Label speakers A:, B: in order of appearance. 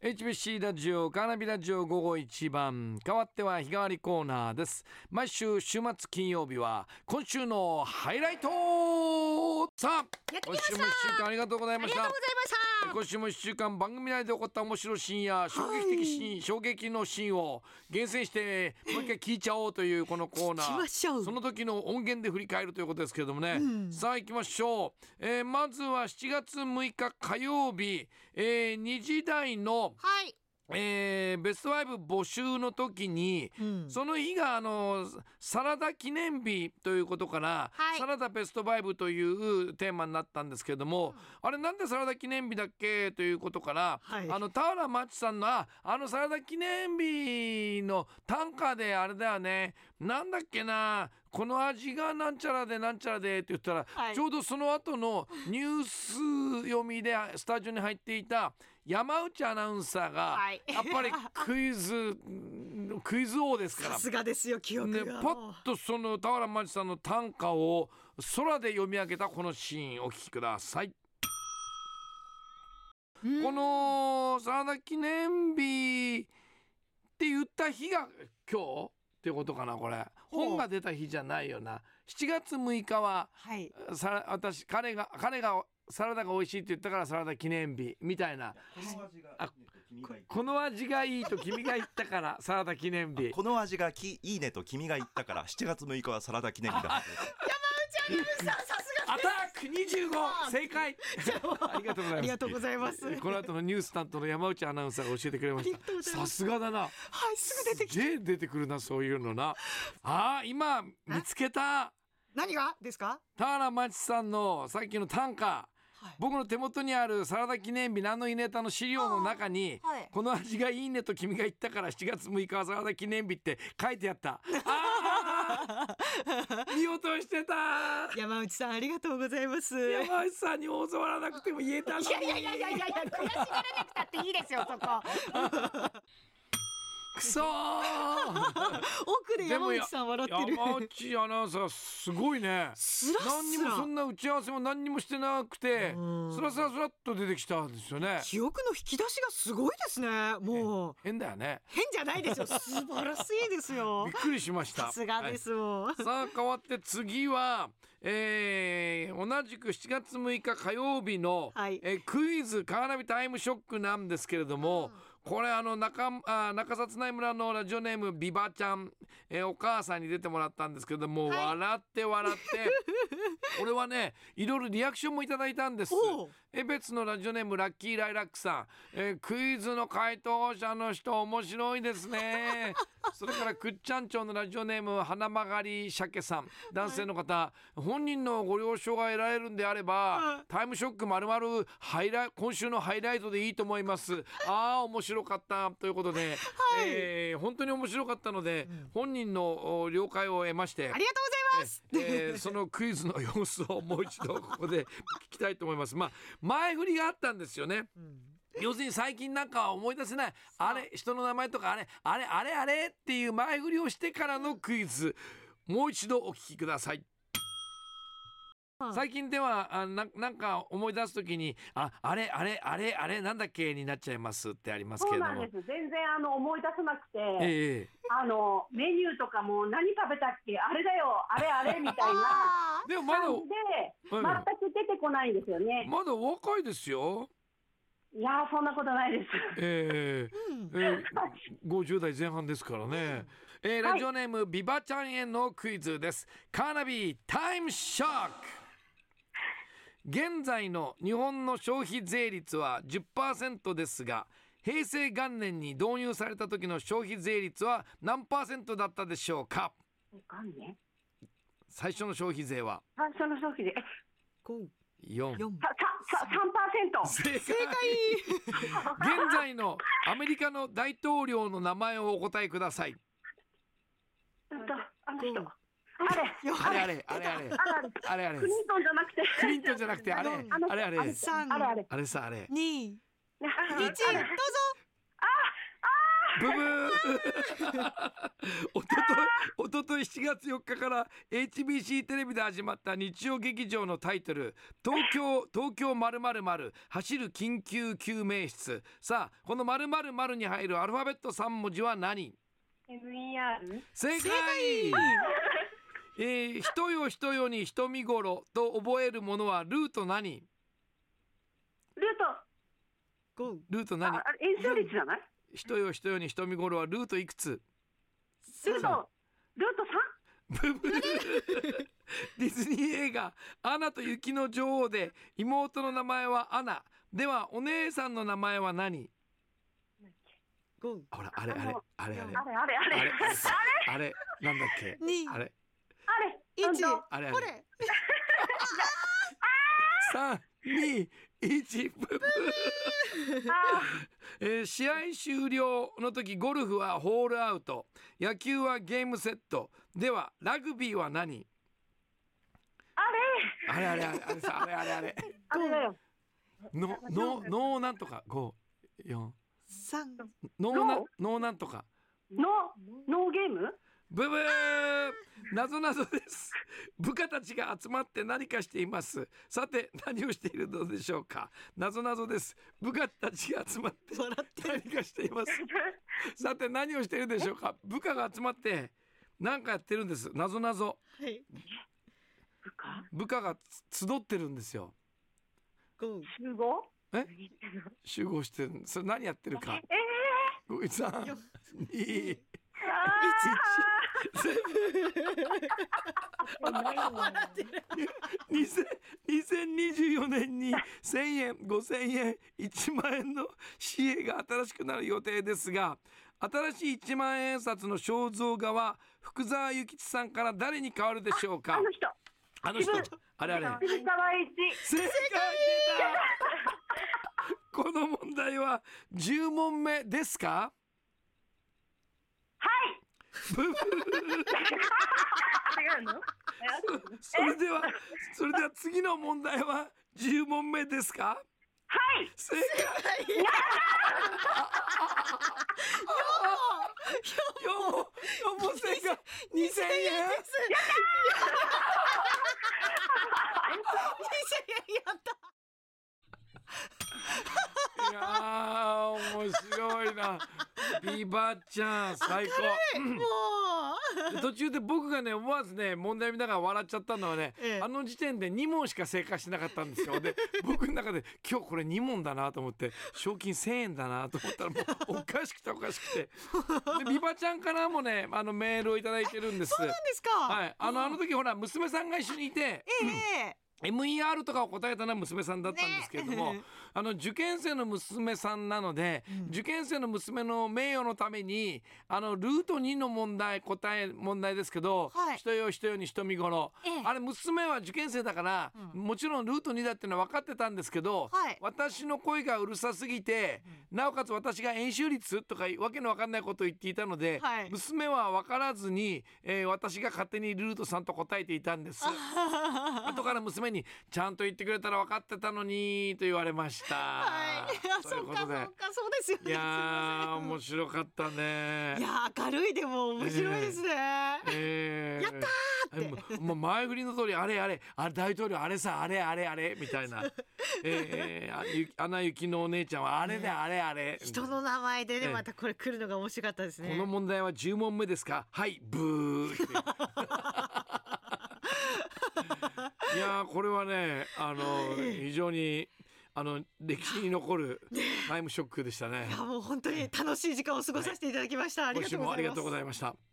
A: HBC ラジオカーナビラジオ午後一番変わっては日替わりコーナーです毎週週末金曜日は今週のハイライトさあ
B: やってき
A: 今
B: ました
A: 週も一週間ありがとうござい
B: あ
A: ま
B: り
A: し
B: がと
A: た
B: うございました
A: 今週も一週間番組内で起こった面白いシーンや衝撃的シーン、衝撃のシーンを厳選してもう一回聞いちゃおうというこのコーナ
B: 聞きま
A: ー
B: しょう
A: その時の音源で振り返るということですけれどもね、さあ行きましょう、えーまずは7月6日火曜日、えー、2時台の「
B: はい
A: えーベスト5募集の時に、
B: ん
A: その日があのサラダ記念日ということから、
B: はい
A: サラダベスト5というテーマになったんですけれども、あれなんでサラダ記念日だっけということから、
B: はい
A: あの田原町さんのああのサラダ記念日の短歌であれだよねなんだっけなこの味がなんちゃらでなんちゃらでって言ったら、
B: はい
A: ちょうどその後のニュース読みでスタジオに入っていた山内アナウンサーが、
B: はい
A: やっぱ りクイズクイズ王ですから
B: さ。すがですよ記憶
A: ね、
B: が、
A: パッとその俵万智さんの短歌を空で読み上げたこのシーンお聞きください。
B: うん
A: このサラダ記念日って言った日が今日ってことかなこれ
B: う
A: 本が出た日じゃないよな7月6日は
B: はい
A: さら私彼が彼がサラダが美味しいって言ったからサラダ記念日みたいな
C: この味が
A: あ
C: いいねと君が
A: この味がいいと君が
C: 言った
A: 言ったからサラダ記念日
C: この味がきいいねと君が言ったから7月6日はサラダ記念日 だ
B: さすが
A: アタック25正解ありがとうござ
B: あ
A: い
B: り
A: ま
B: がとうございます
A: すこの後のニュース担当の山内アナウンサーが教えてくれまし
B: ありがとうご
A: た
B: ざいま
A: さすがだな
B: はいすぐ出てき
A: すげえ出てくるなそういうのなあー今見つけた
B: 何がですか
A: 田原町さんのさっきの短歌
B: はい
A: 僕の手元にあるサラダ記念日何のイネタの資料の中に、
B: あーはい
A: この味がいいねと君が言ったから7月6日はサラダ記念日って書いてあったあ ー見落としてた
B: 山内さんありがとうございますいやい
A: 山内さんに教わらなくても言えたのに
B: やいやいやいや悔しがらなくたっていいですよそこ
A: くそー
B: 奥で山内さん笑ってる
A: 山内アナウンサーすごいね
B: スラ
A: 何に
B: ス
A: もそ
B: ラ
A: んな打ち合わせも何にもしてなくて
B: うん
A: スラスラスラっと出てきたんですよね
B: 記憶の引き出しがすごいですねもう
A: 変だよね
B: 変じゃないですよ素晴らしいですよ
A: びっくりしました
B: さすがですもん、
A: はい さあ変わって次は、えー同じく7月6日火曜日の、
B: はい
A: えークイズカーナビタイムショックなんですけれども、これあの中あ中札内村のラジオネームビバちゃん、えーお母さんに出てもらったんですけれども、
B: はい
A: 笑って笑って 俺はねいろいろリアクションもいただいたんです
B: おう
A: え別のラジオネームラッキーライラックさん、えークイズの回答者の人面白いですねそれからくっちゃん町のラジオネーム花曲がり鮭さん男性の方、本人のご了承が得られるんであれば、
B: うん
A: タイムショックまるまるハイライ今週のハイライトでいいと思いますあー面白かったということで、
B: い
A: えー本当に面白かったので、本人のお了解を得まして
B: ありがとうございます
A: えーそのクイズの様子をもう一度ここで聞きたいと思います。まあ前振りがあったんですよね。要するに最近なんかは思い出せないあれ人の名前とかあれあれあれあれっていう前振りをしてからのクイズもう一度お聞きください。
B: うん
A: 最近ではあななんか思い出すときにああれあれあれあれなんだっけになっちゃいますってありますけ
D: そ
A: れ
D: う
A: ど
D: なん
A: も
D: で。す。全然あの思い出せなくて、
A: ええ
D: あのメニューとかも何食べたっけ、あれだよ、あれあ れみたいな
A: でもまだ
D: 感じで、
A: う
D: 全
A: ん
D: く出てこないんですよね。
A: まだお若いですよ。
D: いやーそんなことないです。
A: ええええ50代前半ですからね、えーラジオネーム、ビバちゃんへのクイズですカーナビタイムショック現在の日本の消費税率は10%ですが平成元年に導入された時の消費税率は何パーセントだったでしょうか
D: わかんね。
A: 最初の消費税は
D: 最初の消費で、え、
B: 五
A: 4
B: 四
D: さ、さ、さ、三パーセント。
A: 正解現 在のアメリカの大統領の名前をお答えください
D: うんとあの
B: う
D: 人。
B: ん
D: あれ、
A: あれあれあれあれ
D: あれ、
A: あれあれ
D: クリントンじゃなくて。
A: クリントンじゃなくてあれ
B: あの
A: あれあれあれ
B: 三
D: あれあれ。
A: あれさあれ
B: 二一
D: あ
B: どう
D: れ
B: ぞ。
A: ブブー おとといおととい7月4日から HBC テレビで始まった日曜劇場のタイトル「東京東京〇〇〇走る緊急救命室」さあこの〇〇〇に入るアルファベット3文字は何
D: MER?
A: 正解えー、人よ人よに人見頃と覚えるものはルート何
D: ルート、
B: 五
A: ルート
D: あ
A: 何
D: あれ、演習率じゃない
A: 人よ人よに人見頃はルートいくつ
D: ルート、ルート
A: ブブー ディズニー映画「アナと雪の女王」で妹の名前はアナではお姉さんの名前は何
B: 五
A: ほらあれあれあれあれ
D: 3? あれあれあれ
A: あ
D: あ
A: れ
D: れ
A: あれなんだっけ
B: 二
A: あれ
B: 一
D: なんだ
A: あれあ
B: こ
A: れ
B: れ
A: 三二一ブブー
D: あ
A: えー試合終了の時ゴルフはホールアウト野球はゲームセットではラグビーは何
D: あ
A: あれあれあれあれさあれあれあれ
D: れあれだよ。
A: のののなんとか五四
B: 三
A: ノーなノーなんとか
D: ノー、ノーゲーム
A: ブブー謎謎です部下たちが集まって何かしていますさて何をしているのでしょうか謎謎です部下たちが集まって
B: 笑ってる
A: 何かしていますさて何をしているでしょうか部下が集まって何かやってるんです謎謎
B: はい
D: 部下
A: 部下がつ集ってるんですよ
B: 五
D: 集合
A: え
D: 何言ってんの
A: 集合してるんですそれ何やってるか
D: え
A: 五三
B: 四
A: 二一
D: ー、あ
A: 2024年に1000円5000円1万円の紙幣が新しくなる予定ですが新しい1万円札の肖像画は福沢諭吉さんから誰に変わるでしょう
D: ー
A: か
D: あの人、
A: あの人
D: 自分
A: あれあれ
D: 渋沢栄一。
A: 正解出たこの問題は10問目です か
D: はい
A: ブブ
D: 違うのえ
A: それではそれでは次の問題は10問目ですか
D: はい
A: 正解4問4問正解2000円
B: やった
A: いやー面白いなビバちゃん最高
B: もう
A: で途中で僕がね思わずね問題見ながら笑っちゃったのはね、
B: ええ
A: あの時点で2問しか正解してなかったんですよ で僕の中で今日これ2問だなと思って賞金1,000円だなと思ったらもうおかしくておかしくてでビバちゃんからもねあのメールを頂いただいてるんです。
B: なんですか
A: はい、あのあの時ほら娘さんが一緒にいて、
B: ええ
A: MER とかを答えたのは娘さんだったんですけれども、
B: ね
A: あの受験生の娘さんなので、
B: うん
A: 受験生の娘の名誉のためにあのルート2の問題答え問題ですけど、
B: はい
A: 人よ人よに人見頃、
B: ええ
A: あれ娘は受験生だから、
B: うん
A: もちろんルート2だっていうのは分かってたんですけど、
B: はい
A: 私の声がうるさすぎて、なおかつ私が演習率とかわけのわかんないことを言っていたので、
B: はい
A: 娘は分からずに、えー私が勝手にルート3と答えていたんです。 後から娘に「ちゃんと言ってくれたら分かってたのに」と言われました。
B: はいあ
A: とい
B: そうう
A: こ
B: か
A: と
B: そうか
A: で
B: そうですよね
A: いやー
B: すいま
A: 面白かったね
B: せんい。やー明るいでも面白いですね、
A: えー、やった
B: ーって
A: もう前振りの通りあれあれあれ大統領あれさあれあれあれみたいな、えー、あゆアナ雪のお姉ちゃんはあれ
B: ね
A: だあれあれ
B: 人の名前でね、
A: ええ
B: またこれ来るのが面白かったですね
A: この問題は10問目ですかはいブーっていういやーこれはねあの非常にあの歴史に残るタイムショックでしたね
B: いやもう本当に楽しい時間を過ごさせていただきました、あり
A: 今週
B: がとうございます
A: もありがとうございました